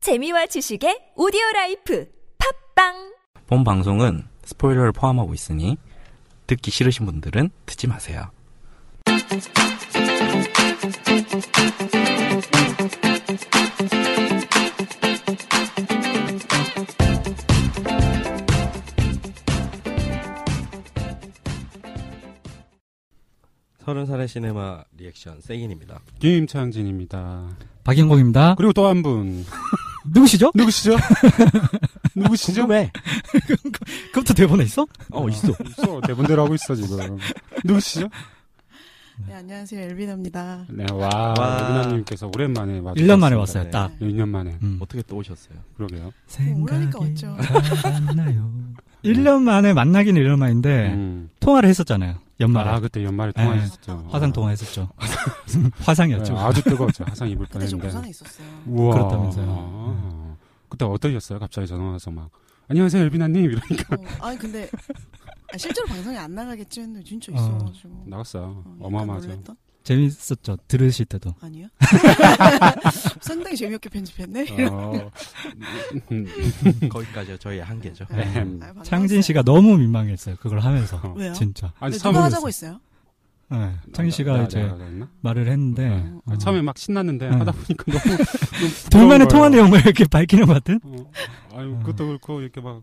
재미와 지식의 오디오 라이프 팝빵 본 방송은 스포일러를 포함하고 있으니 듣기 싫으신 분들은 듣지 마세요. 서른 살의 시네마 리액션 세긴입니다. 김창진입니다. 박영공입니다. 그리고 또 한 분. 누구시죠? 누구시죠? 누구시죠? 그것도 대본에 있어? 어, 있어. 있어. 대본대로 하고 있어, 지금. 누구시죠? 네, 안녕하세요. 엘비나입니다. 네, 와, 와. 누구나님께서 오랜만에 와주 1년 만에 왔어요, 딱. 1년 만에. 음. 어떻게 또 오셨어요? 그러게요. 오라니까 왔죠. 나요. 1년 만에 만나긴 1년 만인데, 음. 통화를 했었잖아요. 연말에. 아, 그때 연말에 네. 통화했었죠. 화상 통화했었죠. 화상이었죠. 네, 아주 뜨거웠죠. 화상 입을 그때 좀 뻔했는데. 부산에 있었어요. 우와. 그렇다면서요. 아. 그때 어떠셨어요? 갑자기 전화 와서 막. 안녕하세요, 엘비나님. 이러니까 어, 아니 근데 아, 실제로 방송에 안 나가겠지 했는데 진짜 있어가지고. 나왔어요. 어, 약간 어마어마하죠. 놀랬다? 재밌었죠. 들으실 때도. 아니요. 상당히 재미없게 편집했네. 어, 거기까지요. 저희 한계죠. 네. 음. 아, 방금 창진 했어요. 씨가 너무 민망했어요. 그걸 하면서. 왜요? 진짜. 아니, 아, 근데 처음에. 누가 하자고 했어요? 네. 창진 씨가 나- 이제 내가 그랬나? 말을 했는데, 네. 아, 어, 처음에 막 신났는데 네. 하다 보니까 너무, 너무 둘만의 부끄러운 통화 거예요. 내용을 이렇게 밝히는 것 같은? 어, 아유 어. 그것도 그렇고 이렇게 막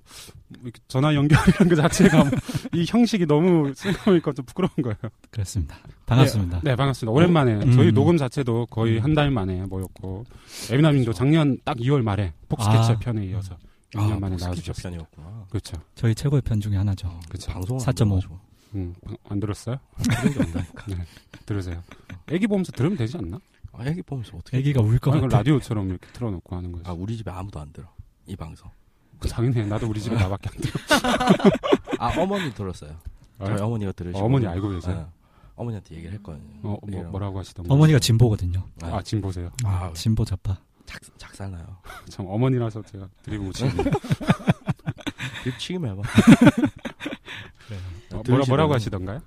이렇게 전화 연결이라는 그 자체가 뭐, 이 형식이 너무 생각하니까 좀 부끄러운 거예요. 그렇습니다. 반갑습니다. 네 반갑습니다. 오랜만에 음. 저희 녹음 그렇죠. 자체도 거의 음. 한 달 만에 모였고 에비나님도 작년 딱 2월 말에 폭스캐쳐 아. 편에 이어서 1년 만에 스키처 나와주셨어요. 편이었구나. 그렇죠. 저희 최고의 편 중에 하나죠. 그쵸. 방송 4.5. 음, 방- 안 들었어요? 그런 게 없다니까. 네. 들으세요. 애기 보면서 들으면 되지 않나? 아, 애기 보면서 어떻게? 애기가 울 것 아니, 같아. 그걸 라디오처럼 이렇게 틀어놓고 하는 거지. 아 우리 집에 아무도 안 들어 이 방송. 뭐, 당연히 나도 우리 집에 나밖에 안 들어. 아 어머니 들었어요. 저희 어, 어머니가 들으시고. 어머니 알고 계세요? 네. 어머니한테 얘기를 했거든요. 어, 뭐, 이런. 뭐라고 하시던가. 어머니가 진보거든요. 네. 아, 지금 보세요. 아, 진보 좌파. 작 작살나요. 참, 어머니라서 제가 드리고 네, 못 치는 입 치기만 해봐. 어, 뭐라, 들으시더니- 뭐라고 하시던가요?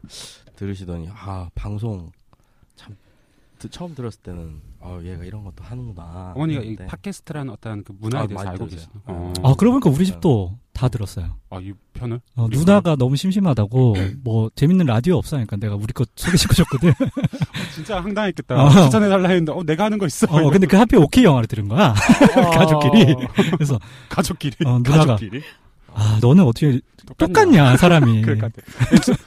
들으시더니 아 방송 참 드- 처음 들었을 때는 아 얘가 이런 것도 하는구나. 어머니가 이 했는데 팟캐스트라는 어떤 그 문화에 네, 아, 대해서 많이 알고 들으세요. 계시죠? 네. 아, 그러고 보니까 우리 집도 다 들었어요. 아, 이 편을? 어, 우리 누나가 너무 심심하다고, 뭐, 재밌는 라디오 없으니까 내가 우리 거 소개시켜 줬거든. 진짜 어. 황당했겠다. 추천해달라 했는데, 어, 내가 하는 거 있어. 어, 근데 그 하필 오키 영화를 들은 거야. 아. 가족끼리. 그래서, 아, 가족끼리. 어, 누나가- 가족끼리. 아, 너는 어떻게 똑같냐, 사람이. 그럴 것 같아.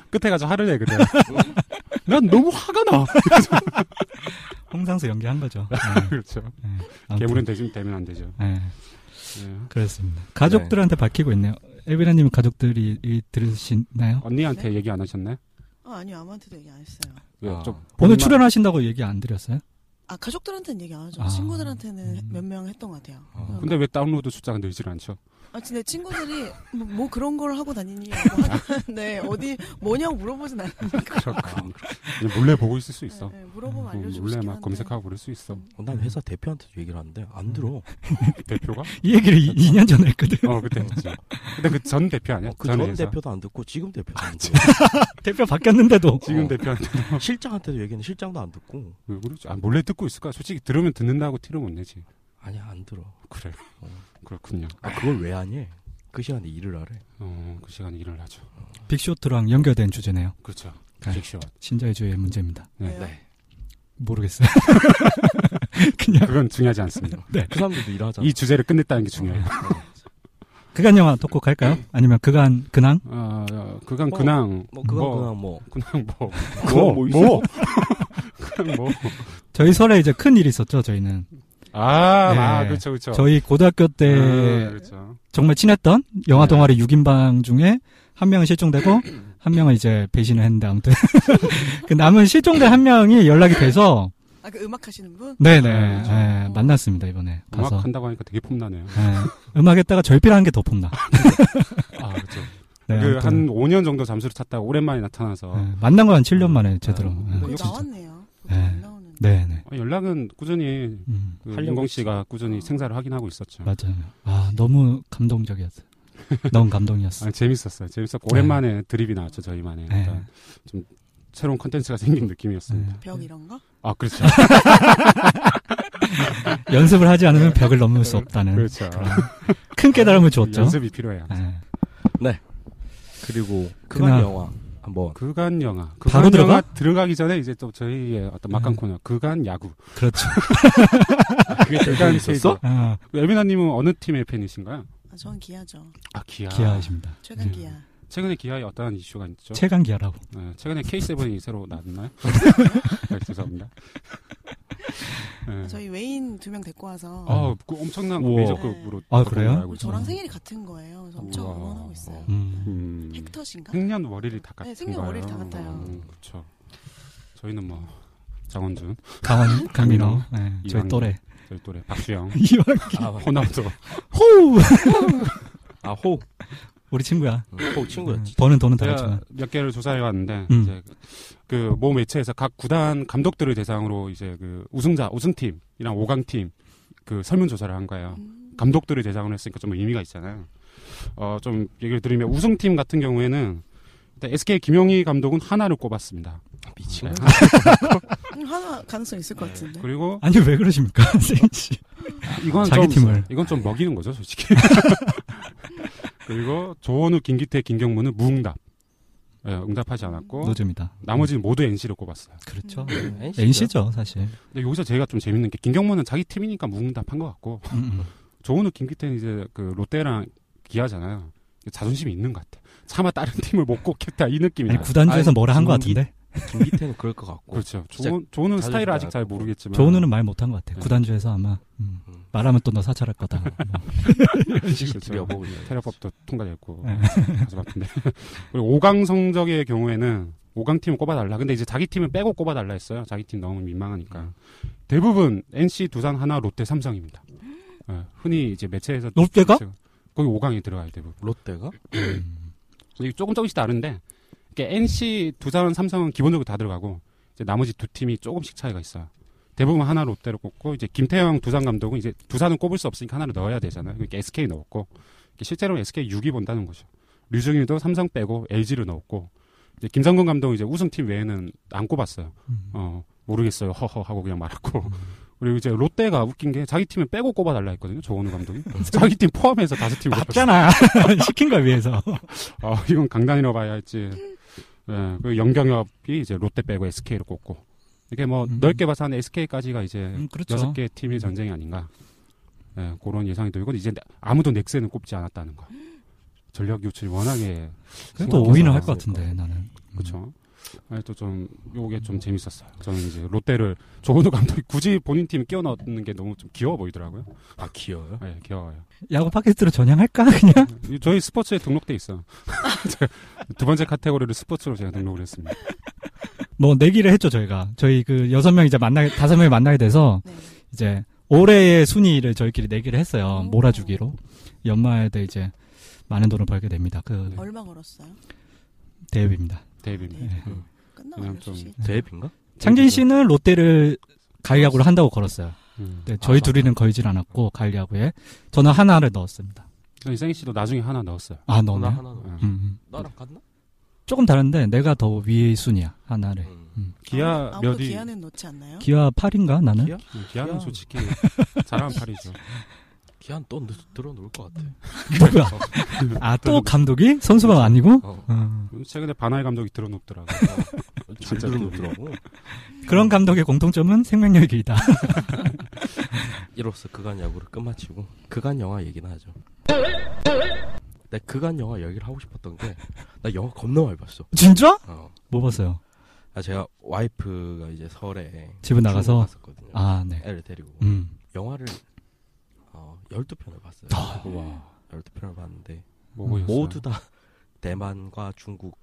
끝에 가서 화를 내, 그래. 난 너무 화가 나. 홍상수 연기한 거죠. 네, 그렇죠. 네. 아무튼, 괴물은 되지, 되면 안 되죠. 네, 네. 그렇습니다. 가족들한테 밝히고 있네요. 에비라님 가족들이 이- 들으시나요? 언니한테 얘기 안 하셨나요? 어, 아니요 아무한테도 얘기 안 했어요. 왜, 아. 좀 오늘 본인만- 출연하신다고 얘기 안 드렸어요? 아 가족들한테는 얘기 안 하죠. 아. 친구들한테는 음. 몇 명 했던 것 같아요. 어. 아. 어. 근데 왜 다운로드 숫자가 늘질 않죠? 아 근데 친구들이 뭐, 뭐 그런 걸 하고 다니니 뭐 하는데 어디 뭐냐고 물어보진 않으니까. 아, 그렇군. 이제 몰래 보고 있을 수 있어. 네, 물어보면 음, 알려주고 몰래 싶긴 막 한데. 검색하고 그럴 수 있어. 그 음. 어, 난 회사 대표한테도 얘기를 하는데 네. 안 들어. 대표가? 이 얘기를 2년 전에 했거든. 어, 그때 했지. 근데 그 전 대표 아니야? 어, 그전 회사. 아, 대표도 안 듣고 지금 대표도 안 듣고 대표 바뀌었는데도. 지금 어. 대표한테. 실장한테도 얘기는 실장도 안 듣고 왜 그러지? 아, 몰래 듣고 있을까? 솔직히 들으면 듣는다고 티를 못 내지. 아니 안 들어. 그래. 어. 그렇군요. 아, 그걸 왜 하니? 그 시간에 일을 하래. 어, 그 시간에 일을 하죠. 빅쇼트랑 연결된 주제네요. 그렇죠. 네. 잭쇼. 신자유주의의 문제입니다. 왜요? 네. 모르겠어요. 그냥 그건 중요하지 않습니다. 그 사람들도 일하잖아. 어. 이 주제를 끝냈다는 게 중요해요. 그간 영화 토크 갈까요? 아니면 그간 근황? 아, 어, 그건 뭐, 그냥. 뭐 그건 뭐, 그냥 뭐 그냥 뭐. 그건 뭐 있어? 그냥 뭐. 저희 설에 이제 큰 일이 있었죠. 저희는 아, 네. 아, 그렇죠, 그렇죠. 저희 고등학교 때 아, 그렇죠. 정말 친했던 영화 네. 동아리 6인방 중에 한 명은 실종되고 한 명은 이제 배신을 했는데 아무튼 그 남은 실종된 한 명이 연락이 돼서 아 그 음악 하시는 분? 네네 아, 그렇죠. 예, 만났습니다 이번에 음악 가서 한다고 하니까 되게 폼나네요. 예, 음악에다가 절필하는 게 더 폼나. 아, 그렇죠. 네, 그 아무튼, 한 5년 정도 잠수를 탔다가 오랜만에 나타나서 예, 만난 건 한 7년 만에 제대로. 아, 예. 근데 거의 진짜. 어, 나왔네요. 보통 네. 안 나오는데. 네네. 어, 연락은 꾸준히 음, 그 하려고 윤공 했지. 씨가 꾸준히 생사를 확인하고 있었죠. 아. 맞아요. 아 너무 감동적이었어. 요 너무 감동이었어. 아, 재밌었어요. 재밌었고 오랜만에 드립이 나왔죠 저희만의 네. 어떤 좀 새로운 컨텐츠가 생긴 느낌이었습니다. 벽 이런 거? 아 그렇죠. 연습을 하지 않으면 벽을 넘을 수 없다는 그렇죠. 큰 깨달음을 주었죠. 연습이 필요해요. 예. 그리고 그간 그날- 영화 한번 그간 영화. 바로 그간 들어가? 영화 들어가기 전에 이제 또 저희의 어떤 막간 음. 코너 그간 야구. 그렇죠. 그게 그간 있었어? 아, 에비나님은 어느 팀의 팬이신가요? 아, 음. 저는 기아죠. 아 기아. 기아십니다. 최근 예. 기아. 최근에 기아에 어떠한 이슈가 있죠? 최강 기아라고. 네, 최근에 K7이 새로 나왔나요? 네, 죄송합니다. 네. 아, 저희 외인 두 명 데리고 와서 뭐 아, 그 엄청난 우와. 메이저급으로. 아, 바꾼 네, 그래요? 걸로 알고 있어요. 저랑 생일이 같은 거예요. 그래서 엄청 우와. 응원하고 있어요. 음. 음. 헥터신가? 생년 월일이 다 같은 네, 생년 거예요. 월일 다 같아요. 그렇죠. 저희는 뭐 장원준, 강원 강민호. 예, 저희 이왕- 또래. 저희 또래 박수영, 이왕 호남도. 호우. 아호 우리 친구야. 호 친구였지. 음, 버는 돈은 제가 다르지만. 몇 개를 조사해 왔는데 음. 이제 그모 매체에서 각 구단 감독들을 대상으로 이제 그 우승자, 우승팀이랑 5강 팀그 설문 조사를 한 거예요. 음. 감독들을 대상으로 했으니까 좀 의미가 있잖아요. 어, 좀 얘기를 드리면 우승팀 같은 경우에는 일단 SK 김용희 감독은 하나를 꼽았습니다. 아, 미친. 네. 거. 음, 하나 가능성 있을 것 같은데. 그리고 아니 왜 그러십니까, 세인 씨? 이건 자기 좀 팀을. 이건 좀 먹이는 거죠, 솔직히. 그리고 조원우, 김기태, 김경문은 무응답. 예, 응답하지 않았고 노조입니다. 나머지는 모두 NC를 꼽았어요. 그렇죠. 음, NC죠 사실. 근데 여기서 제가 좀 재밌는 게 김경문은 자기 팀이니까 무응답한 것 같고 음, 음. 조원우, 김기태는 이제 그 롯데랑 기아잖아요. 자존심이 있는 것 같아. 차마 다른 팀을 못 꼽겠다 이 느낌이 아니 나요. 구단주에서 아니, 뭐라 한 것 김기- 같은데. 김기태는 그럴 것 같고. 그렇죠. 진짜 조은, 조은은 자존심이 스타일을 아직 잘 나갔고. 모르겠지만. 조우는 뭐- 말 못한 것 같아. 네. 음. 구단주에서 아마 음, 음. 말하면 또 너 사찰할 거다. 뭐. 둘이 그렇죠. 여보고 테러법도 통과됐고. 네. 가슴 아픈데. 그리고 5강 성적의 경우에는 5강 팀을 꼽아달라. 근데 이제 자기 팀은 빼고 꼽아달라 했어요. 자기 팀 너무 음. 민망하니까. 대부분 NC, 두산, 하나, 롯데, 삼성입니다. 예, 흔히 이제 매체에서. 롯데가? 제가- 거기 5강에 들어가요, 대부분. 롯데가 이게 조금 조금씩 다른데, 이렇게 NC, 두산, 삼성은 기본적으로 다 들어가고, 이제 나머지 두 팀이 조금씩 차이가 있어요. 대부분 하나 롯데를 꼽고, 이제 김태형 두산 감독은 이제 두산은 꼽을 수 없으니까 하나를 넣어야 되잖아요. 그러니까 SK 넣었고, 이게 실제로 SK 6위 본다는 거죠. 류중일도 삼성 빼고 LG를 넣었고, 이제 김성근 감독은 이제 우승팀 외에는 안 꼽았어요. 음. 어, 모르겠어요. 허허 하고 그냥 말았고. 그리고 이제 롯데가 웃긴 게 자기 팀은 빼고 꼽아달라 했거든요. 조원우 감독이. 자기 팀 포함해서 다섯 팀 꼽았어요. 맞잖아. 음. 시킨 걸 위해서. 아, 이건 강단이라고 봐야 할지. 예, 그 연경협이 이제 롯데 빼고 SK를 꼽고. 이게 뭐 음. 넓게 봐서 한 SK까지가 이제 음, 그렇죠. 네. 여섯 개 팀의 전쟁이 아닌가. 예, 그런 예상이 들고 이제 아무도 넥센은 꼽지 않았다는 거. 전력 유출이 워낙에 음. 생각해서 그래도 5위는 할 것 나왔으니까. 같은데 나는. 그렇죠. 아니 또좀 요게 좀 재밌었어요. 저는 이제 롯데를 조건우 감독이 굳이 본인 팀 끼워 넣는 게 너무 좀 귀여워 보이더라고요. 아 귀여워요. 예, 귀여워요. 야구 팟캐스트로 전향할까 그냥? 저희 스포츠에 등록돼 있어. 제가 두 번째 카테고리를 스포츠로 제가 등록을 했습니다. 뭐 내기를 했죠 저희가. 저희 그 여섯 명 이제 만나게 다섯 명이 만나게 돼서 네. 이제 올해의 순위를 저희끼리 내기를 했어요. 음. 몰아주기로 연말에 이제 많은 돈을 벌게 됩니다. 그 네. 얼마 걸었어요? 대회입니다. 데이비입니다. 네. 음. 끝나고 그냥 좀- 네. 알려주시겠죠? 대입인가? 창진 씨는 롯데를 가을야구를 한다고 걸었어요. 음. 네, 저희 아, 둘이는 걸질 않았고 가을야구에 저는 하나를 넣었습니다. 저는 이생희 씨도 나중에 하나 넣었어요. 아 어, 나 너네. 하나 넣어. 예. 음, 음. 나랑 같나? 조금 다른데 내가 더 위의 순이야 하나를. 음. 기아 아무도 몇이 음, 기아는 넣지 않나요? 기아 8인가 나는? 기아? 기아? 는 기아. 솔직히 잘하는 팔이죠. 기한 또 넣- 들어놓을 것 같아. 누구야? 아 또 감독이 선수가 아니고? 어. 어. 최근에 바나이 감독이 들어놓더라고. 요 잘 진짜 들어놓더라고. 그런 감독의 공통점은 생명력이 길다. 이로써 그간 야구를 끝마치고 그간 영화 얘기나 하죠. 나 그간 영화 얘기를 하고 싶었던 게 나 영화 겁나 많이 봤어. 진짜? 어. 뭐 봤어요? 아 제가 와이프가 이제 설에 집에 나가서? 갔었거든요. 아 네. 애를 데리고 음. 영화를 어, 12편을 봤어요. 아, 네. 와. 12편을 봤는데 뭐 보셨어요? 모두 다 대만과 중국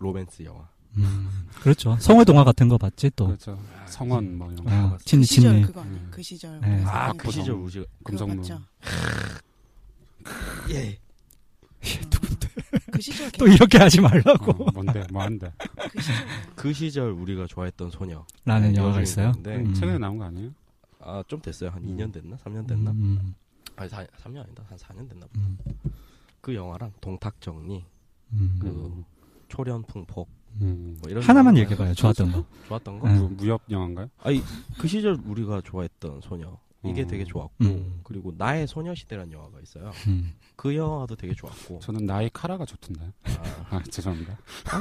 로맨스 영화. 음. 그렇죠. 성월 동화 같은 거 봤지 또. 그렇죠. 성원 뭐 이런 거. 아, 봤어요. 친 그 시절 친이. 그거 아니에요? 음. 그 시절. 네. 우리가 아, 생각했던 그 시절 우지 그거 금성로. 맞죠? 예. 그 시절 또 이렇게 하지 말라고. 어, 뭔데 뭐 한데. 그 시절. 그 시절 우리가 좋아했던 소녀. 라는 네, 영화가 여주인공인데 있어요. 음. 최근에 나온 거 아니에요? 아, 좀 됐어요. 한 2년 됐나? 3년 됐나? 음, 아니, 4, 3년 아니다. 한 4년 됐나? 보다. 음, 그 영화랑 동탁정리, 음. 그 초련풍폭, 음. 뭐 뭐 이런 하나만 네. 영화인가요? 얘기해봐요. 좋았던 거. 좋았던 거? 응. 무, 무협 영화인가요? 아니 그 시절 우리가 좋아했던 소녀 이게 음. 되게 좋았고 음. 그리고 나의 소녀시대라는 영화가 있어요. 음. 그 영화도 되게 좋았고 저는 나의 카라가 좋던데. 아, 아 죄송합니다.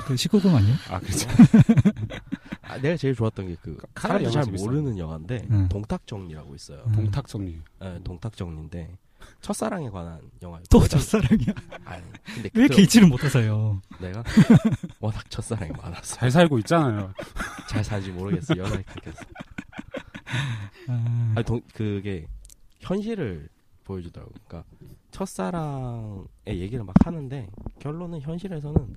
그 19금 아니에요? 아 그렇죠. 아, 내가 제일 좋았던 게그 카라 사람들이 영화 잘 재밌어요. 모르는 영화인데 음. 동탁정리라고 있어요. 음. 동탁성리. 예, 동탁정리인데 첫사랑에 관한 영화예요. 또 첫사랑이야. 아니 근데 왜 그 이렇게 이치를 못하세요? 내가 워낙 첫사랑이 많아서 잘 살고 있잖아요. 잘 사는지 모르겠어 연락이 끊겼어. 아, 아니 동, 그게 현실을 보여주더라고. 그러니까 첫사랑의 얘기를 막 하는데 결론은 현실에서는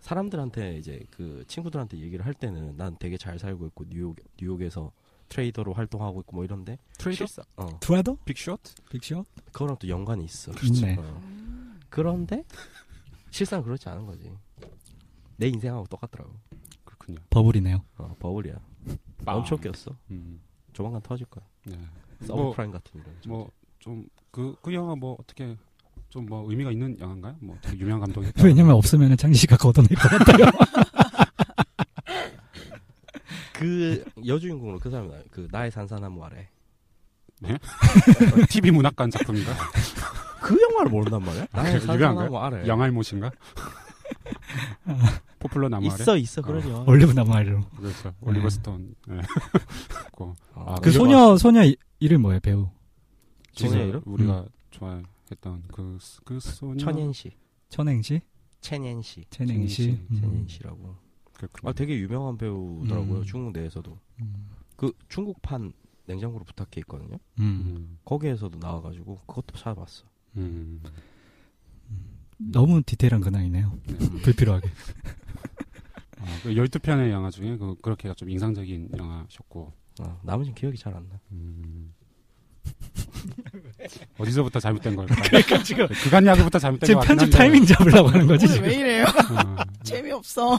사람들한테 이제 그 친구들한테 얘기를 할 때는 난 되게 잘 살고 있고 뉴욕 뉴욕에서 트레이더로 활동하고 있고 뭐 이런데 트레이더? 실사- 어 두아더? 빅쇼트? 빅쇼? 그거랑 또 연관이 있어. 있네. 어. 그런데 실상 그렇지 않은 거지. 내 인생하고 똑같더라고. 그렇군요. 버블이네요. 어, 버블이야. 빵. 엄청 꼈어. 음. 조만간 터질 거야. 네. 서브프라임 같은 이런. 뭐 좀 그 그 영화 뭐 어떻게 좀 뭐 의미가 있는 영화인가요? 뭐 되게 유명한 감독이. 왜냐면 없으면 장씨가 걷어낼 것 같아요. 그 여주인공으로 그 사람이 나요. 그 나의 산사나무 아래. TV 문학관 작품인가? 그 영화를 모른단 말이야? 나의 그래요? 유명한 산사나무 아래. 영알못인가? 포플러 나무 아래. 있어 있어 그런 영화. 올리브 나마이로. 그렇죠. 네. 올리버 스톤. 네. 고 아, 그 이거 소녀, 소녀 이- 이름 뭐예요, 배우? 소녀 지금 이름? 우리가 음. 좋아했던 그, 스- 그 소녀. 천옌 씨, 천행시? 천옌 씨, 천행시? 천행시. 음. 천옌 씨라고. 그렇군요. 아 되게 유명한 배우더라고요 음. 중국 내에서도. 음. 그 중국판 냉장고로 부탁해 있거든요. 음. 음. 거기에서도 나와가지고 그것도 찾아봤어. 음. 너무 디테일한 근황이네요. 네. 불필요하게. 아, 그 12편의 영화 중에 그, 그렇게가 좀 인상적인 영화셨고. 아, 나머지는 기억이 잘 안 나. 음. 어디서부터 잘못된 걸까? 그러니까 지금. 그간 야구부터 잘못된 지금 것 같긴 편집 한데. 타이밍 잡으려고 하는 거지, 오늘 지금. 왜 이래요? 어. 아, 재미없어. 아,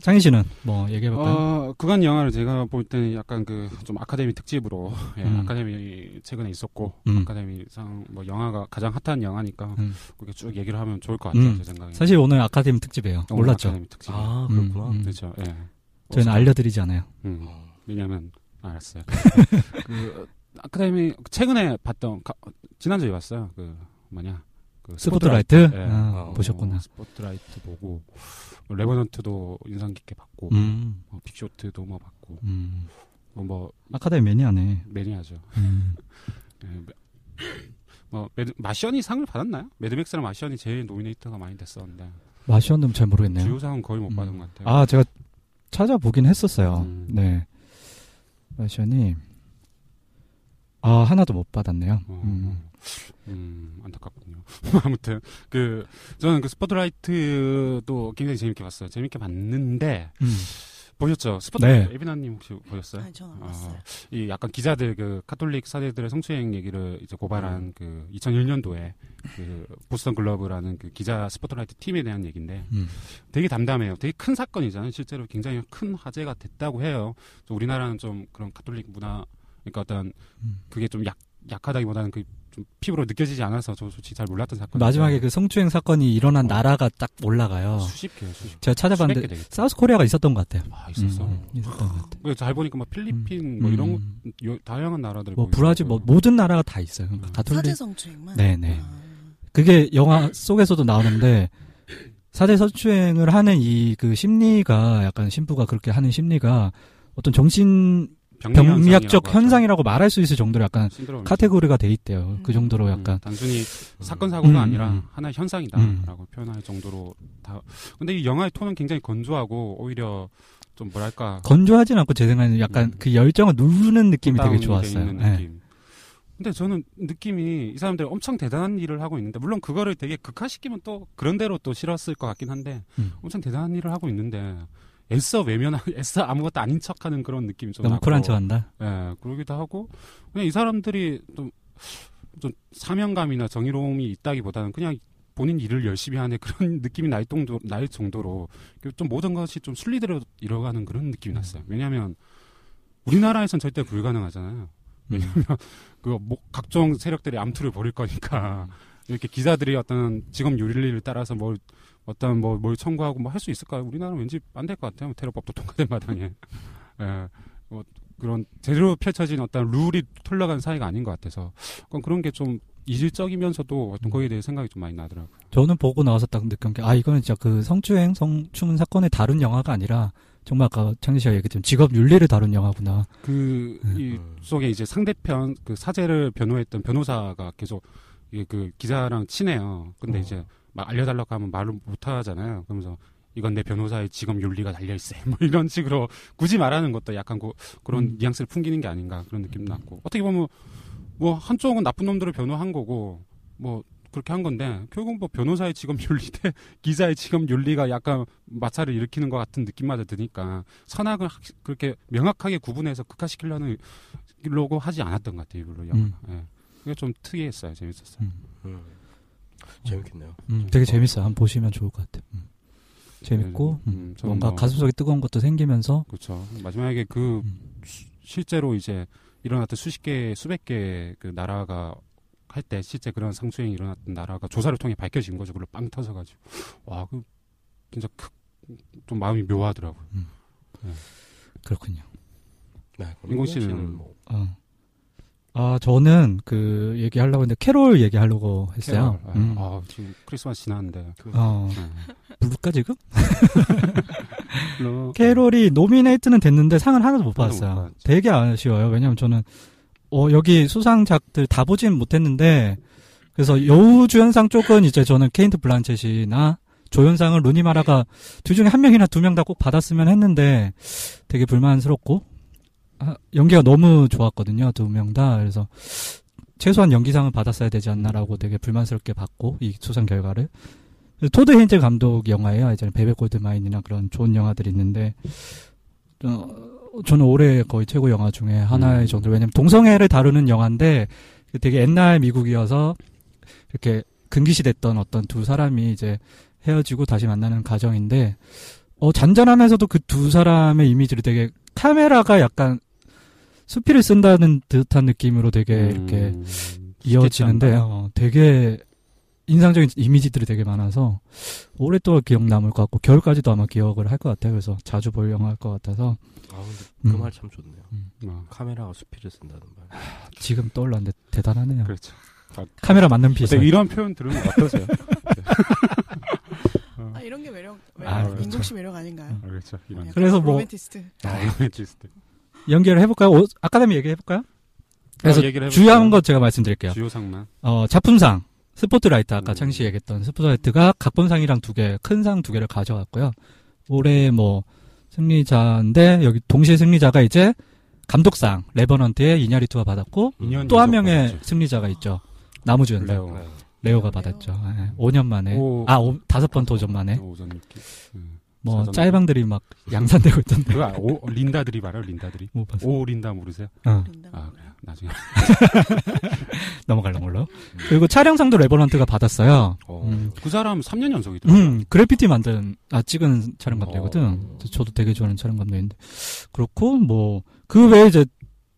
장희 씨는 뭐 얘기해볼까요? 어, 그간 영화를 제가 볼 때는 약간 그 좀 아카데미 특집으로 예, 음. 아카데미 최근에 있었고 음. 아카데미상 뭐 영화가 가장 핫한 영화니까 음. 그렇게 쭉 얘기를 하면 좋을 것 같아요 음. 제 생각에. 사실 오늘 아카데미 특집이에요. 네. 오늘 몰랐죠? 아카데미 특집. 아 음, 그렇구나. 음. 그렇죠. 예. 저희는 알려드리지 않아요. 음, 어. 왜냐면 알았어요. 그 아카데미 최근에 봤던 가- 지난주에 봤어요. 그 뭐냐 그 스포트라이트? 예. 아, 어, 보셨구나. 스포트라이트 보고 레버넌트도 인상 깊게 봤고 음, 뭐 빅쇼트도 뭐 봤고 음. 뭐 아카데미 매니아네. 매니아죠. 음. 예, 매- 뭐 매드, 마션이 상을 받았나요? 매드맥스랑 마션이 제일 노미네이트가 많이 됐었는데 마시언도 잘 모르겠네요. 주요상은 거의 못 음. 받은 것 같아요. 아, 제가 찾아보긴 했었어요. 네. 음. 네. 마션이 아, 하나도 못 받았네요. 어, 음. 음, 안타깝군요. 아무튼 그 저는 그 스포트라이트도 굉장히 재밌게 봤어요. 재밌게 봤는데 음. 보셨죠? 스포트라이트 네. 에비나님 혹시 보셨어요? 아니, 네. 전안 아, 봤어요. 이 약간 기자들 그 카톨릭 사제들의 성추행 얘기를 이제 음. 고발한 그 2001년도에 그 보스턴 글러브라는 그 기자 스포트라이트 팀에 대한 얘기인데 음. 되게 담담해요. 되게 큰 사건이잖아요. 실제로 굉장히 큰 화제가 됐다고 해요. 좀 우리나라는 좀 그런 가톨릭 문화 그러니까 어떤 음. 그게 좀 약, 약하다기보다는 그 좀 피부로 느껴지지 않아서 저 솔직히 잘 몰랐던 사건. 마지막에 그 성추행 사건이 일어난 음. 어. 나라가 딱 올라가요. 수십 개요, 수십. 수백 제가 개 어, 찾아봤는데 되겠다. 사우스 코리아가 있었던 것 같아요. 아 있었어. 음, 있었던 것 같아요. 그잘 보니까 뭐 필리핀 뭐 이런 음. 거- 요, 다양한 나라들. 뭐 브라질 뭐 모든 나라가 다 있어요. 음. 그러니까 가톨릭 사제성추행만. 네네. 아, 그게 영화 속에서도 나오는데 사대 선추행을 하는 이 그 심리가 약간 신부가 그렇게 하는 심리가 어떤 정신 병리학적 현상이라고 말할 수 있을 정도로 약간 그렇죠. 카테고리가 돼 있대요. 음. 그 정도로 약간 단순히 사건 사고가 음, 아니라 음. 하나의 현상이다라고 표현할 정도로 다. 근데 이 영화의 톤은 굉장히 건조하고 오히려 좀 뭐랄까 건조하진 않고 제 생각에는 약간 음. 그 열정을 누르는 느낌이 되게 다운돼 좋았어요. 있는 네. 느낌. 근데 저는 느낌이 이 사람들이 엄청 대단한 일을 하고 있는데 물론 그거를 되게 극화시키면 또 그런 대로 또 싫었을 것 같긴 한데 음. 엄청 대단한 일을 하고 있는데 애써 외면한 애써 아무것도 아닌 척하는 그런 느낌이 좀 너무 나고. 쿨한 척한다. 예, 그러기도 하고 그냥 이 사람들이 좀, 좀 사명감이나 정의로움이 있다기보다는 그냥 본인 일을 열심히 하는 그런 느낌이 날 정도 날 정도로 그좀 모든 것이 좀 순리대로 이뤄가는 그런 음. 느낌이 났어요. 왜냐하면 우리나라에선 절대 불가능하잖아요. 음. 그 뭐, 각종 세력들이 암투를 벌일 거니까 이렇게 기자들이 어떤 직업 윤리를 따라서 뭘 어떤 뭐 뭘 청구하고 뭐 할 수 있을까요? 우리나라는 왠지 안 될 것 같아요. 뭐 테러법도 통과된 마당에 예, 뭐 그런 제대로 펼쳐진 어떤 룰이 털려간 사이가 아닌 것 같아서 그건 그런 게 좀 이질적이면서도 어떤 거기에 대해 생각이 좀 많이 나더라고요. 저는 보고 나와서 딱 느낀 게, 아, 이거는 진짜 그 성추행, 성추문 사건을 다룬 영화가 아니라, 정말 아까 창진 씨가 얘기했지만 직업 윤리를 다룬 영화구나. 그 이 음. 속에 이제 상대편 그 사제를 변호했던 변호사가 계속 이게 그 기자랑 친해요. 근데 어. 이제 막 알려달라고 하면 말을 못 하잖아요. 그러면서 이건 내 변호사의 직업 윤리가 달려 있어. 뭐 이런 식으로 굳이 말하는 것도 약간 그, 그런 음. 뉘앙스를 풍기는 게 아닌가 그런 느낌 났고 어떻게 보면 뭐 한쪽은 나쁜 놈들을 변호한 거고 뭐 그렇게 한 건데 결국 뭐 변호사의 직업 윤리 대 기자의 직업 윤리가 약간 마찰을 일으키는 것 같은 느낌마저 드니까 선악을 확- 그렇게 명확하게 구분해서 극화시키려는 일로고 하지 않았던 것 같아요. 이걸로 영화. 음. 예. 그게 좀 특이했어요. 재밌었어요. 음. 재밌겠네요. 음, 그렇죠. 되게 재밌어요. 한번 보시면 좋을 것 같아요. 음. 재밌고, 음, 음, 저는 뭔가 뭐- 가슴속에 뜨거운 것도 생기면서, 그렇죠. 마지막에 그 음. 수- 실제로 이제 일어났던 수십 개, 수백 개의 그 나라가 할 때 실제 그런 상수행이 일어났던 나라가 조사를 통해 밝혀진 거죠. 그걸 빵 터져가지고 와, 그 진짜 크, 좀 마음이 묘하더라고요. 그렇군요. 네, 인공 씨는 뭐 어. 아, 저는 그 얘기하려고 했는데, 캐롤 얘기하려고 했어요. 캐럴. 음. 아, 지금 크리스마스 지났는데. 어, 네. 부를까, 지금? 물론 캐롤이 노미네이트는 됐는데 상을 하나도 못 하나도 못 받았어요. 받았죠. 되게 아쉬워요. 왜냐면 저는 어, 여기 수상작들 다 보진 못했는데 그래서 여우주연상 쪽은 이제 저는 케인트 블란쳇이나 조연상을 루니마라가 둘 중에 한 명이나 두 명 다 꼭 받았으면 했는데 되게 불만스럽고 아, 연기가 너무 좋았거든요. 두 명 다. 그래서 최소한 연기상은 받았어야 되지 않나라고 되게 불만스럽게 봤고 이 수상 결과를 토드 헤인젤 감독 영화예요. 예전에 베베 골드마인이나 그런 좋은 영화들이 있는데 어, 저는 올해 거의 최고 영화 중에 하나의 음. 정도 왜냐면 동성애를 다루는 영화인데 그 되게 옛날 미국이어서 이렇게 근기시됐던 어떤 두 사람이 이제 헤어지고 다시 만나는 가정인데 어, 잔잔하면서도 그 두 사람의 이미지를 되게 카메라가 약간 수필을 쓴다는 듯한 느낌으로 되게 이렇게 음, 이어지는데 않나요? 어, 되게 인상적인 이미지들이 되게 많아서 오랫동안 기억 남을 것 같고 겨울까지도 아마 기억을 할 것 같아요. 그래서 자주 볼 영화일 것 같아서 아 근데 음. 그 말 참 좋네요. 뭐, 카메라가 수필을 쓴다는 말. 지금 떠올랐는데 대단하네요. 그렇죠. 카메라 맞는 피서 근데 이런 표현 들으면 어떠세요? 아 이런 게 매력, 매력 음. 아, 인공 그렇죠. 씨 매력 아닌가요? 알겠죠. 이런. 아, 약간 그래서 뭐- 로맨티스트. 로맨티스트. 연결을 해볼까요? 오- 아카데미 얘기해볼까요? 그래서 아, 얘기를 해볼까요? 주요한 것 제가 말씀드릴게요. 주요상만. 어, 작품상 스포트라이트 아까 음. 창씨 얘기했던 스포트라이트가 각본상이랑 두 개, 큰 상 두 개를 가져갔고요. 올해 뭐 승리자인데 여기 동시에 승리자가 이제 감독상 레버넌트의 이냐리투가 받았고 인연 음. 또 한 이적 명의 받았죠. 승리자가 있죠. 나무주연상 레오. 레오. 가 받았죠. 예, 5년 만에 오. 아 오- 다섯 번 도전 만에 오전 이렇게. 음. 뭐 사전. 짤방들이 막 양산되고 있던데 그거 아- 오, 린다들이 말아요, 린다들이. 못 봤어. 오, 린다 모르세요? 어, 린다. 아, 그래요. 나중에. 넘어가는 걸로. 음. 그리고 촬영상도 레버넌트가 받았어요. 어. 음. 그 사람 3년 연속이더라고요. 음, 그래피티 만든, 아, 찍은 촬영 감독이거든. 어. 저도 되게 좋아하는 촬영 감독인데. 그렇고, 뭐, 그 외에 이제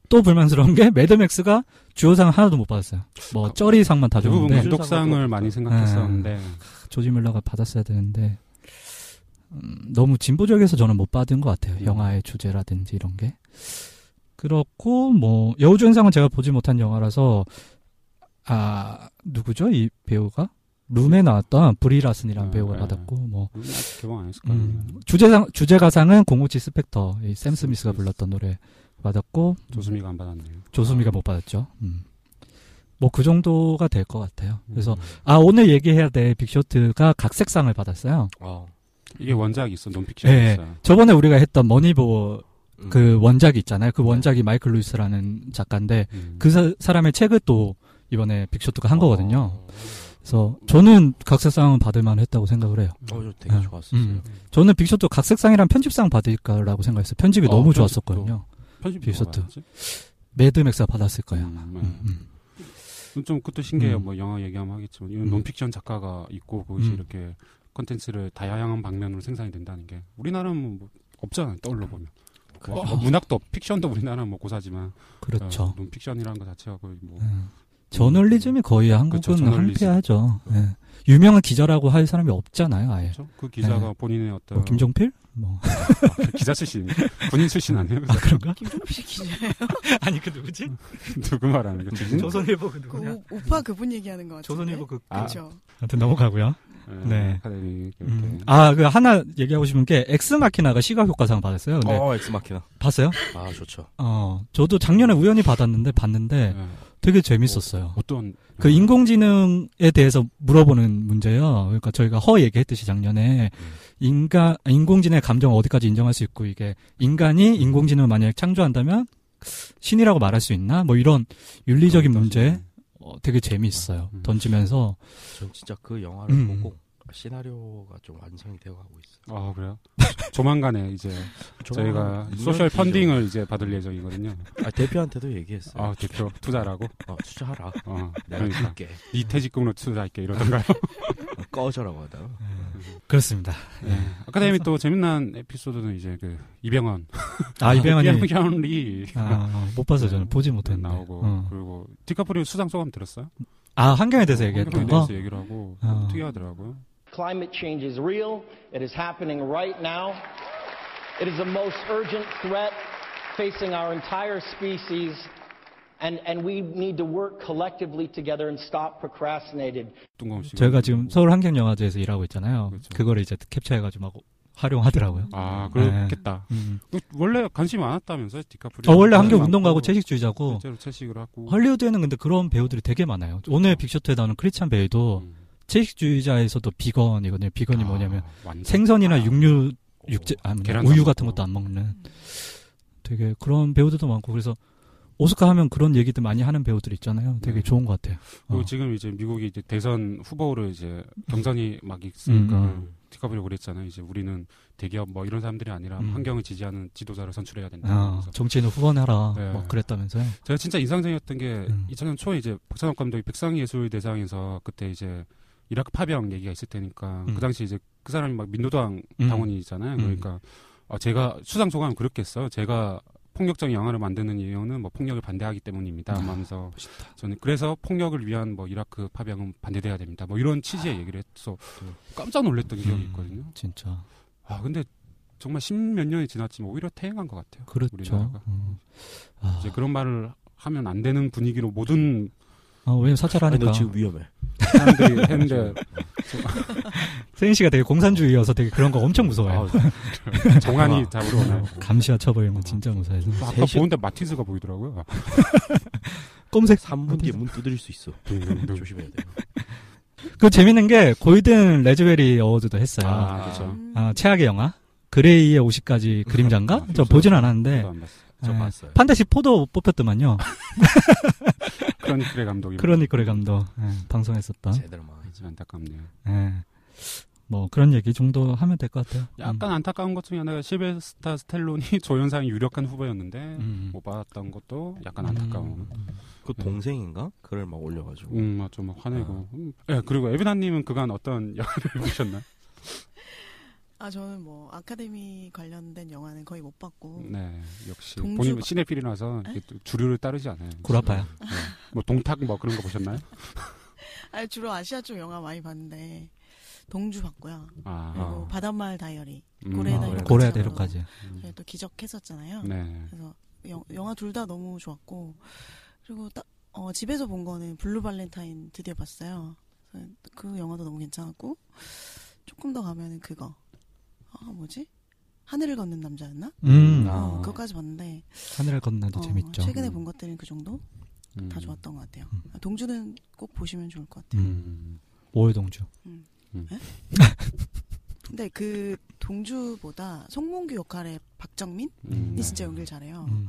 또 불만스러운 게, 매드맥스가 주요상 하나도 못 받았어요. 뭐, 쩌리상만 다 아, 대부분 그렇죠. 줬는데, 감독상을 네. 많이 생각했었는데. 조지 밀러가 받았어야 되는데, 음, 너무 진보적에서 저는 못 받은 것 음. 같아요. 영화의 주제라든지 이런 게. 그렇고, 뭐, 여우주연상은 제가 보지 못한 영화라서, 아, 누구죠? 이 배우가? 룸에 나왔던 브리라슨이라는 아, 배우가 네. 받았고, 뭐, 음, 아직 개봉 안 했을 거예요. 음, 주제상 주제 가상은 057 스펙터 이 샘 스미스가 불렀던 노래 받았고 조수미가 안 받았네요. 조수미가 못 받았죠. 음. 뭐 그 정도가 될 것 같아요. 음. 그래서 아 오늘 얘기해야 될 빅쇼트가 각색상을 받았어요. 아, 이게 원작이 있어, 논픽션이 예. 있어요. 저번에 우리가 했던 머니보 음. 그 원작이 있잖아요. 그 원작이 마이클 루이스라는 작가인데 음. 그 사- 사람의 책을 또 이번에 빅쇼트가 한 거거든요. 어, 그래서 저는 각색상은 받을 만했다고 생각을 해요. 어, 저 되게 음. 좋았었어요. 음. 저는 빅쇼트 각색상이랑 편집상 받을까라고 생각했어요. 편집이 어, 너무 편집도. 좋았었거든요. 편집 빅쇼트. 매드맥스가 받았을 거예요. 아마. 음. 좀 그것도 신기해요. 음. 뭐 영화 얘기하면 하겠지만 이런 음. 논픽션 작가가 있고 거기서 음. 이렇게 컨텐츠를 다양한 방면으로 생산이 된다는 게 우리나라는 뭐 없잖아요. 떠올려 보면 그, 뭐 문학도 없- 픽션도 우리나라는 뭐 고사지만 그렇죠. 어, 논픽션이라는 것 자체가 거의 뭐 음. 저널리즘이 거의 한국은 그렇죠, 저널리즘. 한패하죠. 예. 유명한 기자라고 할 사람이 없잖아요, 아예. 그렇죠? 그 기자가 네. 본인의 어떤 뭐 김종필? 뭐 기자 출신 군인 출신 아니에요? 아, 그런가? 김종필 기자. 아니 그 누구지? 누구 말하는 거지? 지금? 조선일보 그 그 우- 우파 그분 얘기하는 것 같아요. 그 아, 예, 그렇죠. 아무튼 넘어가고요. 네. 아카데미 이렇게. 음. 아, 그 하나 얘기하고 싶은 게 엑스마키나가 시각 효과상 받았어요. 네. 근데 어 엑스마키나. 봤어요? 아 좋죠. 어, 저도 작년에 우연히 받았는데 봤는데 네. 되게 재밌었어요. 어떤 그 인공지능에 대해서 물어보는 문제요. 그러니까 저희가 허 얘기했듯이 작년에 인간 인공지능의 감정 어디까지 인정할 수 있고 이게 인간이 인공지능을 만약에 창조한다면 신이라고 말할 수 있나? 뭐 이런 윤리적인 문제 어, 되게 재미있어요. 음. 던지면서 전 진짜 그 영화를 음. 보고 시나리오가 좀 완성이 되어가고 있어요. 아 그래요? 조만간에 이제 저희가 소셜 펀딩을 이제 받을 예정이거든요. 아, 대표한테도 얘기했어요. 아 대표 투자라고. 어, 투자하라. 어 내가 그러니까 줄게. 이 퇴직금으로 투자할게 이러던가요? 어, 꺼져라고 하다가. 그렇습니다. 네. 아카데미 또 재미난 에피소드는 이제 그 이병헌, 아 이병헌이 이병헌 리가 아, 못 봤어요. 저는 보지 못했는데. 나오고 어. 그리고 디카프리오 수상 소감 들었어요? 아 한강에 대해서 얘기했던 환경에 거. 대해서 얘기를 하고 어. 특이하더라고요. Climate change is real. It is happening right now. It is the most urgent threat facing our entire species. And, and we need to work collectively together and stop procrastinated. 뜬금없이 저희가 지금 서울 한강영화제에서 일하고 있잖아요. 그렇죠. 그거를 이제 capture해가지고 막 활용하더라고요. 아 그렇겠다. 음. 그 원래 관심이 많았다면서요 디카프리오? 어, 원래 한국 많고, 운동가고 채식주의자고 실제로 채식을 하고 헐리우드에는 근데 그런 배우들이 되게 많아요. 오늘 빅쇼트에 나오는 크리스찬 베일도 어. 음. 채식주의자에서도 비건이거든요. 비건이 아, 뭐냐면 완전. 어. 생선이나 육류, 육제, 아, 계란도 음. 우유 안 같은 먹고. 것도 안 먹는 되게 그런 배우들도 많고 그래서 오스카 하면 그런 얘기들 많이 하는 배우들 있잖아요. 되게 네. 좋은 것 같아요. 그리고 어. 지금 이제 미국이 이제 대선 후보로 이제 경선이 막 있으니까 음, 디카프리오 그랬잖아요. 이제 우리는 대기업 뭐 이런 사람들이 아니라 음. 환경을 지지하는 지도자를 선출해야 된다. 아, 음, 그래서 정치인을 후원해라. 네. 막 그랬다면서요. 제가 진짜 인상적이었던 게 음. 2000년 초에 이제 박찬욱 감독이 백상예술대상에서 그때 이제 이라크 파병 얘기가 있을 테니까 음. 그 당시 이제 그 사람이 막 민노당 음. 당원이잖아요. 음. 그러니까 아, 제가 수상 소감 그렇겠어요. 제가 폭력적인 영화를 만드는 이유는 뭐 폭력을 반대하기 아, 때문입니다. 하면서 저는 그래서 폭력을 위한 뭐 이라크 파병은 반대돼야 됩니다. 뭐 이런 취지의 얘기를 해서 깜짝 놀랐던 기억이 아. 네. 음. 있거든요. 진짜. 아 근데 정말 십몇 년이 지났지만 오히려 퇴행한 것 같아요. 그렇죠. 우리나라가. 음. 아, 이제 그런 말을 하면 안 되는 분위기로 모든 아, 왜냐면 아니, 그러니까. 사찰하니까. 너 지금 위험해. 사람들이 했는데 세인 씨가 되게 공산주의여서 되게 그런 거 엄청 무서워요. 아, 네. 정한이 잠깐만. 잡으러 오나요? 감시와 처벌 이런 거 진짜 무서워요. 아, 아까 셋이- 보는데 마티즈가 보이더라고요. 검색 3분 뒤에 문 두드릴 수 있어. 네, 네. 조심해야 돼. 그 재밌는 게 골든 레즈베리 어워드도 했어요. 아, 아, 그렇죠. 음. 최악의 영화 그레이의 50가지 그림자인가? 저 보진 않았는데 아, 저도 안 봤어요. 저 예, 봤어요. 판타시 포도 뽑혔더만요. 크로니클의 감독이 크로니클의 감독 예, 방송했었던. 제대로 망했지. 좀 안타깝네요. 음. 예. 뭐 그런 얘기 정도 하면 될 것 같아요. 약간 안타까운 것 중에 하나가 실베스타 스텔론이 조연상 유력한 후보였는데 음. 못 받았던 것도 약간 안타까운. 음, 그 동생인가? 글을 막 올려가지고. 맞죠. 막 화내고. 음. 예, 그리고 에비나님은 그간 어떤 영화를 보셨나요? 아 저는 뭐 아카데미 관련된 영화는 거의 못 봤고 음. 네, 역시 어. 동주- 본인 시네필이라서 이게 또 주류를 따르지 않아요. 구라파야. 네. 뭐 동탁 뭐 그런 거 보셨나요? 아 주로 아시아 쪽 영화 많이 봤는데 동주 봤고요. 그리고 아, 바닷마을 다이어리 음. 고래에 아, 대해서 네. 고래야 대로까지. 예, 또 기적했었잖아요. 네. 그래서 영, 영화 둘 다 너무 좋았고 그리고 딱 어, 집에서 본 거는 블루 발렌타인 드디어 봤어요. 그래서 그 영화도 너무 괜찮았고 조금 더 가면은 그거 아 뭐지 하늘을 걷는 남자였나? 음. 아. 어, 그거까지 봤는데 하늘을 건너도 어, 재밌죠. 최근에 본 것들은 그 정도 음. 다 좋았던 것 같아요. 아, 동주는 꼭 보시면 좋을 것 같아요. 음. 음. 오해동주. 어. 근데 그 동주보다 송몽규 역할의 박정민이 음. 네. 진짜 연기를 잘해요. 음.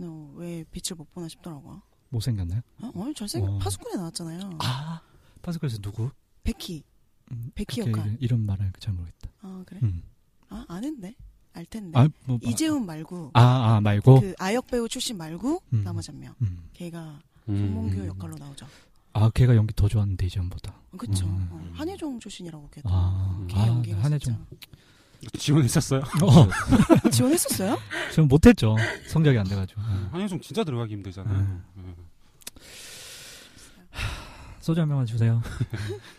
어, 왜 빛을 못 보나 싶더라고요. 못생겼나요? 어, 오늘 잘생 어. 파수꾼에 나왔잖아요. 아 파스칼에서 누구? 백희. 음, 백희 그렇게 역할. 이름- 이름 말을 잘 모르겠다. 아 그래? 음. 아 아는데 알 텐데. 아, 뭐, 이재훈 말고 아, 아 말고. 그 아역 배우 출신 말고 음. 나머지 한 명. 음. 걔가 음. 송몽규 역할로 나오죠. 아, 걔가 연기 더 좋았는데 이전보다. 그쵸? 음. 어, 한혜종 출신이라고 걔도. 아, 걔 아, 연기가 한혜종. 지원했었어요. 어, 진짜- 지원했었어요? 지금 못했죠. 성적이 안 돼가지고. 네. 음. 한혜종 진짜 들어가기 힘들잖아요. 예. 소주 한 병만 주세요.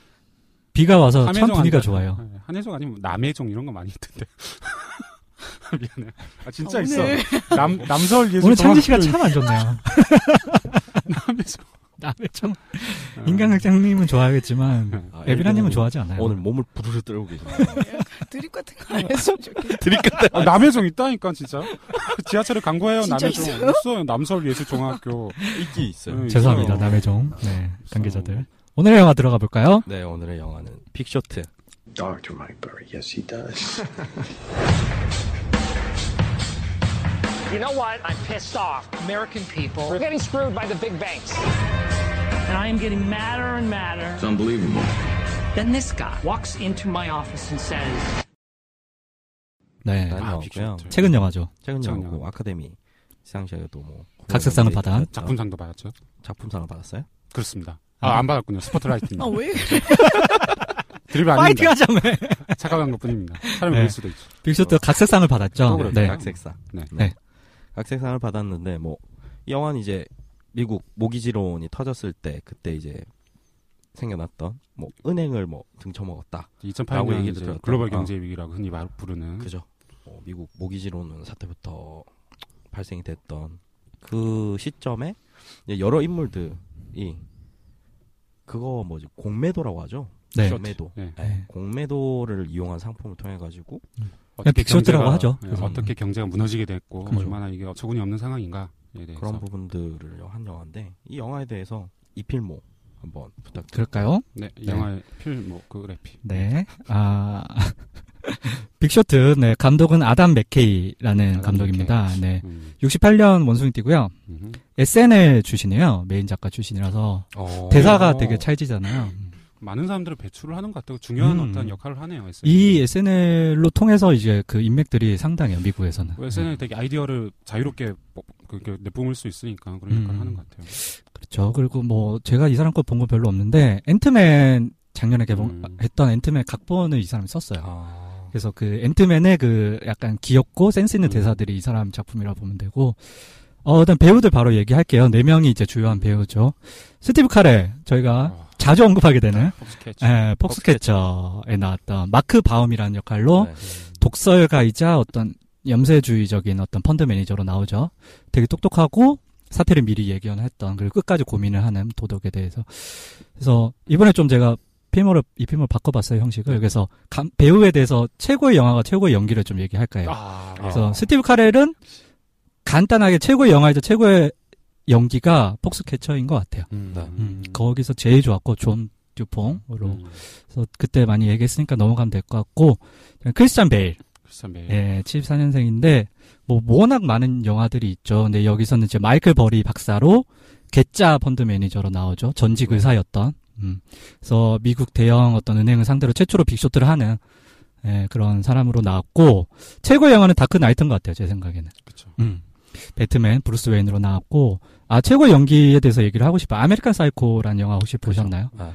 비가 와서 참 한혜종 아니라- 분위기가 어, 좋아요. 네, 한혜종 아니면 남혜종 이런 거 많이 있던데. 미안해. 아 진짜 아, 있어. 오늘 남 남서울 예술 오늘 종합 창진 씨가 학교 참 안 좋네요. 남에서. 남의 정 음. 인간극장님은 좋아하겠지만 아, 에비라님은 에비라님은 좋아하지 네. 않아요. 오늘 몸을 부르르 떨고 계시네요. 음. 드립 같은 거 안 했으면 좋겠다. 아, 남해종 있다니까 진짜. 지하철에 광고해요 진짜 남해종. 있어요? 없어요. 남서울 예술 종합학교. 있긴 있어요. 음. 죄송합니다 있어요. 남해종 네, 관계자들. 오늘의 영화 들어가 볼까요? 네, 오늘의 영화는 픽쇼트. Dr. Mike Burry. Yes, he does. You know what? I'm pissed off. American people are getting screwed by the big banks. And I am getting madder and madder. It's unbelievable. Then this guy walks into my office and says, 네. 난 아, 영화고요. 픽쇼트. 최근 영화죠. 최근 최근 영화고 영화. 뭐 아카데미 시상식에 또뭐 각색상을 받아. 작품상도 음. 받았죠. 작품상을 받았어요. 그렇습니다. 음. 아 안 받았군요. 스포트라이트입니다. 아, 왜 그래? 드립이 아닙니다. 파이팅하자며. 착각한 것뿐입니다. 사람이 네. 네. 수도 있죠. 빅쇼트 각색상을 받았죠. 또 네. 그래요. 각색상. 네. 네. 각색상을 받았는데 뭐 이 영화는 이제 미국 모기지론이 터졌을 때 그때 이제 생겨났던 뭐 은행을 뭐 등쳐먹었다. 라고 2008년 얘기를 이제 들었죠. 글로벌 어. 경제 위기라고 흔히 말 부르는 그죠? 어, 미국 모기지론 사태부터 발생이 됐던 그 시점에 이제 여러 인물들이 그거 뭐지 공매도라고 하죠? 네. 공매도. 네. 네. 공매도를 이용한 상품을 통해 가지고 어떻게 빅쇼트라고 경제가- 하죠. 네, 그래서. 어떻게 경제가 무너지게 됐고 그죠. 얼마나 이게 어처구니 없는 상황인가에 대해서 그런 부분들을 한 영화인데 이 영화에 대해서 이필모 한번 부탁드립니다. 그럴까요? 네, 이 영화의 필뭐 그래픽. 네. 아. 빅쇼트, 네. 감독은 아담 맥케이라는 아담 감독입니다. 맥케이. 네. 음, 68년 원숭이 띠고요. 음. SNL 출신이에요. 메인 작가 출신이라서. 어. 어. 대사가 되게 찰지잖아요. 음. 많은 사람들을 배출을 하는 것 같다고 중요한 음. 어떤 역할을 하네요. SNL. 이 SNL로 통해서 이제 그 인맥들이 상당해요, 미국에서는. 뭐그 네, SNL 되게 아이디어를 자유롭게 뽑- 그렇게 내뿜을 수 있으니까 그런 역할을 음. 하는 것 같아요. 그렇죠. 그리고 뭐 제가 이 사람 거 본 거 별로 없는데 앤트맨 작년에 음. 개봉했던 앤트맨 각본을 이 사람이 썼어요. 아, 그래서 그 앤트맨의 그 약간 귀엽고 센스 있는 음. 대사들이 이 사람 작품이라 보면 되고 어 일단 배우들 바로 얘기할게요. 네 명이 이제 주요한 배우죠. 스티브 카레 저희가 어, 자주 언급하게 아? 되는 폭스캐치. 예, 폭스캐쳐에 나왔던 마크 바움이라는 역할로 네. 독설가이자 어떤 염세주의적인 어떤 펀드 매니저로 나오죠. 되게 똑똑하고 사태를 미리 예견했던 그리고 끝까지 고민을 하는 도덕에 대해서. 그래서 이번에 좀 제가 필모를 이 필모를 바꿔봤어요 네. 형식을. 그래서 감- 배우에 대해서 최고의 영화가 최고의 연기를 좀 얘기할까요? 아, 그래서 스티브 카렐은 간단하게 최고의 영화이자 최고의 연기가 폭스캐쳐인 것 같아요. 음. 음. 음, 거기서 제일 좋았고 존 듀퐁으로 그래서 그때 많이 얘기했으니까 넘어가면 될 것 같고 크리스찬 베일 크리스찬 베일. 예, 74년생인데 뭐 워낙 많은 영화들이 있죠. 근데 여기서는 이제 마이클 버리 박사로 개짜 펀드 매니저로 나오죠. 전직 의사였던. 음. 그래서 미국 대형 어떤 은행을 상대로 최초로 빅쇼트를 하는 예, 그런 사람으로 나왔고 최고의 영화는 다크 나이트인 것 같아요. 제 생각에는. 그쵸. 음. 배트맨 브루스 웨인으로 나왔고 아 최고의 연기에 대해서 얘기를 하고 싶어요. 아메리칸 사이코라는 영화 혹시 보셨나요? 아,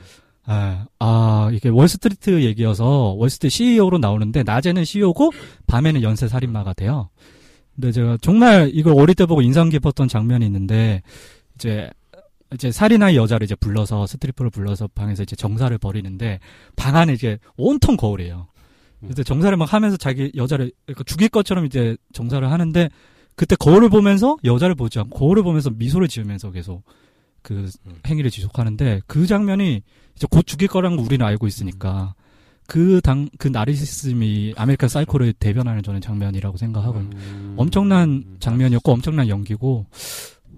아, 아, 이게 월스트리트 얘기여서 월스트리트 CEO로 나오는데 낮에는 E CEO고 밤에는 연쇄 살인마가 돼요. 근데 네, 제가 정말 이걸 어릴 때 보고 인상 깊었던 장면이 있는데 이제 이제 살인한 여자를 이제 불러서 스트리퍼를 불러서 방에서 이제 정사를 벌이는데 방 안에 이제 온통 거울이에요. 그래서 정사를 막 하면서 자기 여자를 그러니까 죽일 것처럼 이제 정사를 하는데 그때 거울을 보면서 여자를 보지 않고 거울을 보면서 미소를 지으면서 계속 그 음. 행위를 지속하는데 그 장면이 이제 곧 죽일 거라는 걸 우리는 알고 있으니까 그 당 그 나르시즘이 아메리칸 사이코를 대변하는 저는 장면이라고 생각하고 음. 엄청난 음. 장면이었고 엄청난 연기고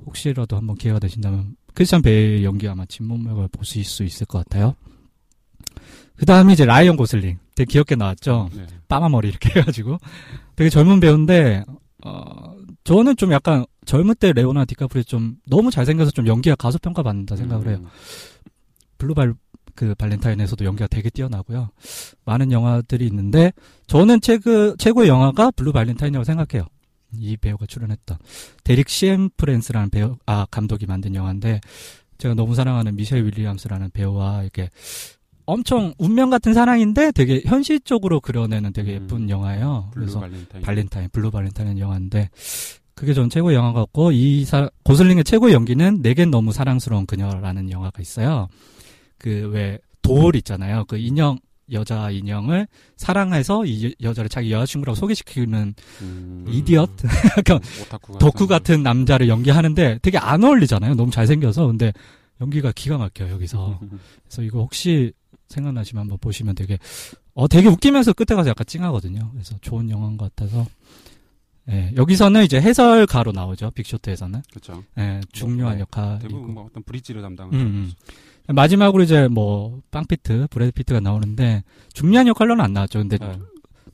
혹시라도 한번 기회가 되신다면 크리스찬 베일 연기 아마 진문맥을 보실 수 있을 것 같아요. 그 다음에 이제 라이언 고슬링 되게 귀엽게 나왔죠. 네. 빠마머리 이렇게 해가지고 되게 젊은 배우인데 어 저는 좀 약간 젊을 때 레오나 디카프리오 좀 너무 잘생겨서 좀 연기가 가소평가 받는다 생각을 해요. 음. 블루발 그 발렌타인에서도 연기가 되게 뛰어나고요. 많은 영화들이 있는데 저는 최고 최고의 영화가 블루 발렌타인이라고 생각해요. 이 배우가 출연했던 데릭 시엠프렌스라는 배우 아 감독이 만든 영화인데 제가 너무 사랑하는 미셸 윌리엄스라는 배우와 이렇게 엄청 운명 같은 사랑인데 되게 현실적으로 그려내는 되게 예쁜 음. 영화예요. 블루 그래서 발렌타인. 아, 발렌타인, 블루 발렌타인 영화인데 그게 전 최고의 영화 같고 이 사- 고슬링의 최고의 연기는 내겐 너무 사랑스러운 그녀라는 영화가 있어요. 그 왜 돌 있잖아요. 그 인형 여자 인형을 사랑해서 이 여- 여자를 자기 여자친구라고 소개시키는 음, 이디엇 약간 오타쿠 같은. 덕후 같은 남자를 연기하는데 되게 안 어울리잖아요. 너무 잘생겨서 근데 연기가 기가 막혀요 여기서. 그래서 이거 혹시 생각나시면 한번 보시면 되게 어 되게 웃기면서 끝에 가서 약간 찡하거든요. 그래서 좋은 영화인 것 같아서 예, 여기서는 이제 해설가로 나오죠. 빅쇼트에서는 그렇죠. 예, 중요한 네, 역할이고 대부분 뭐 어떤 브릿지를 담당하는. 음, 음. 마지막으로 이제 뭐 빵피트, 브래드 피트가 나오는데 중요한 역할로는 안 나왔죠. 근데 음. 네.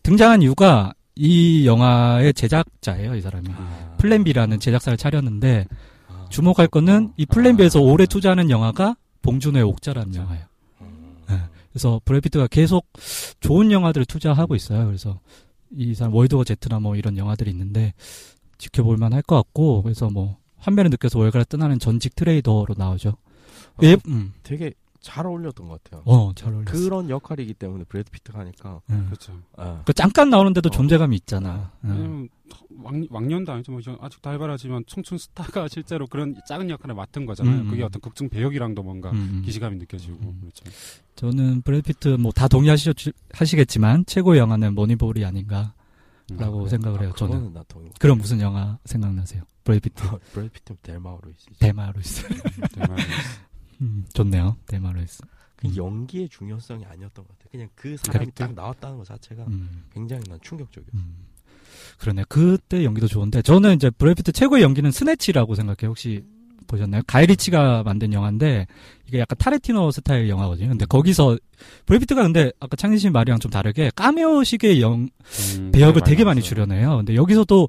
등장한 이유가 이 영화의 제작자예요, 이 사람이. 아. 플랜 B라는 제작사를 차렸는데 아, 주목할 거는 이 플랜 아. B에서 오래 투자하는 영화가 봉준호의 옥자라는 영화예요. 네. 음. 그래서 브래드 피트가 계속 좋은 영화들을 투자하고 있어요. 그래서 이 사람 월드워 제트나 뭐 이런 영화들이 있는데 지켜볼 만할 것 같고 그래서 뭐 한매를 느껴서 월가를 떠나는 전직 트레이더로 나오죠. 아, 예, 음. 되게 잘 어울렸던 것 같아요. 어, 잘 어울렸어. 그, 그런 역할이기 때문에 브래드 피트가 하니까 음. 그렇죠. 아, 그 잠깐 나오는데도 어. 존재감이 있잖아. 음. 왜냐면 왕, 왕년도 아니죠. 뭐 이제 아직 달발하지만 청춘 스타가 실제로 그런 작은 역할을 맡은 거잖아요. 음, 그게 음. 어떤 극중 배역이랑도 뭔가 음. 기시감이 느껴지고 음. 그렇죠. 저는 브래드 피트 뭐 다 동의하시겠지만 최고의 영화는 머니볼이 아닌가라고 음. 네. 생각을 아, 해요. 저는 나 동의. 그럼 무슨 영화 생각나세요? 브래드 피트 브래드 피트는 델마우로 있어. 네. 데마로이스. 정말 음, 좋네요. 데마로이스. 그 연기의 중요성이 아니었던 것 같아. 그냥 그 사람이 캐릭터? 딱 나왔다는 것 자체가 음. 굉장히 난 충격적이야. 음. 그러네. 그때 연기도 좋은데 저는 이제 브래피트 최고의 연기는 스네치라고 생각해요. 혹시 보셨나요? 가이리치가 만든 영화인데 이게 약간 타레티노 스타일 영화거든요. 근데 거기서 브래피트가 근데 아까 창진 씨 말이랑 좀 다르게 까메오식의 영 음, 배역을 되게 많이 나왔어요. 줄여내요. 근데 여기서도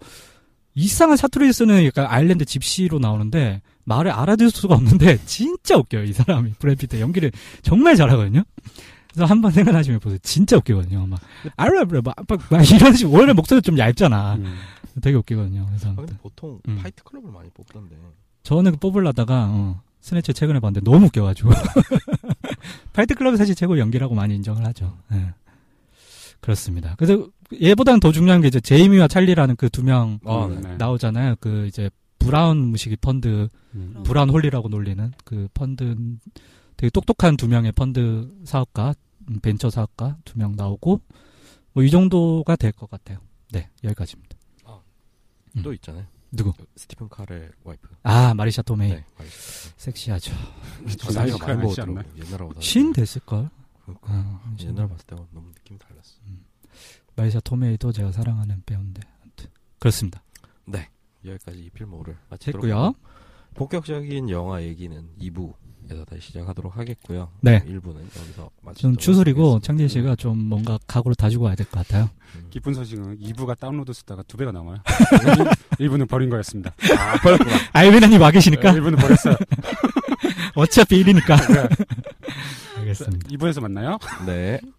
이상한 사투리를 쓰는 약간 아일랜드 집시로 나오는데 말을 알아들 수가 없는데 진짜 웃겨요. 이 사람이 브래피트 연기를 정말 잘하거든요. 그래서 한번 생각하시면 보세요. 진짜 웃기거든요. 막 아르르르 막, 막, 막 이런 식으로 원래 목소리 좀 얇잖아. 음. 되게 웃기거든요. 그래서 아, 근데 보통 음. 파이트 클럽을 많이 뽑던데. 저는 그 뽑으려다가 어, 스네치 최근에 봤는데 너무 웃겨가지고 파이트 클럽이 사실 최고 의 연기라고 많이 인정을 하죠. 예. 그렇습니다. 그래서 얘보다는 더 중요한 게 이제 제이미와 찰리라는 그 두 명 아, 음, 네. 네. 나오잖아요. 그 이제 브라운 무식이 펀드, 음. 브라운 홀리라고 놀리는 그 펀드 되게 똑똑한 두 명의 펀드 사업가, 음, 벤처 사업가 두 명 나오고 뭐 이 정도가 될 것 같아요. 네, 여기까지입니다. 또 있잖아요. 누구? 스티븐 카렐 와이프. 아, 마리샤 토메이. 네. 와이프. 섹시하죠. 아, 저 나이가 많이 먹 먹지 더라 않나? 고 옛날하고 신 됐을걸? 그러니까. 아, 옛날 봤을 때와 너무 느낌이 달랐어. 마리샤 토메이도 제가 사랑하는 배우인데. 아무튼. 그렇습니다. 네. 여기까지 이필모를 마치도록 됐고요. 하고 본격적인 영화 얘기는 2부에서 다시 시작하도록 하겠고요. 네. 1부는 여기서 마치도록 좀 추스리고 하겠습니다. 네. 창진 씨가 좀 뭔가 각오를 다지고 와야 될 것 같아요. 기쁜 소식은 2부가 다운로드 수다가 두 배가 남아요. 1부는 버린 거였습니다. 아, 벌었구나. 알비나님 와 계시니까 1부는 버렸어요. 어차피 1이니까. 알겠습니다. 2부에서 만나요. 네.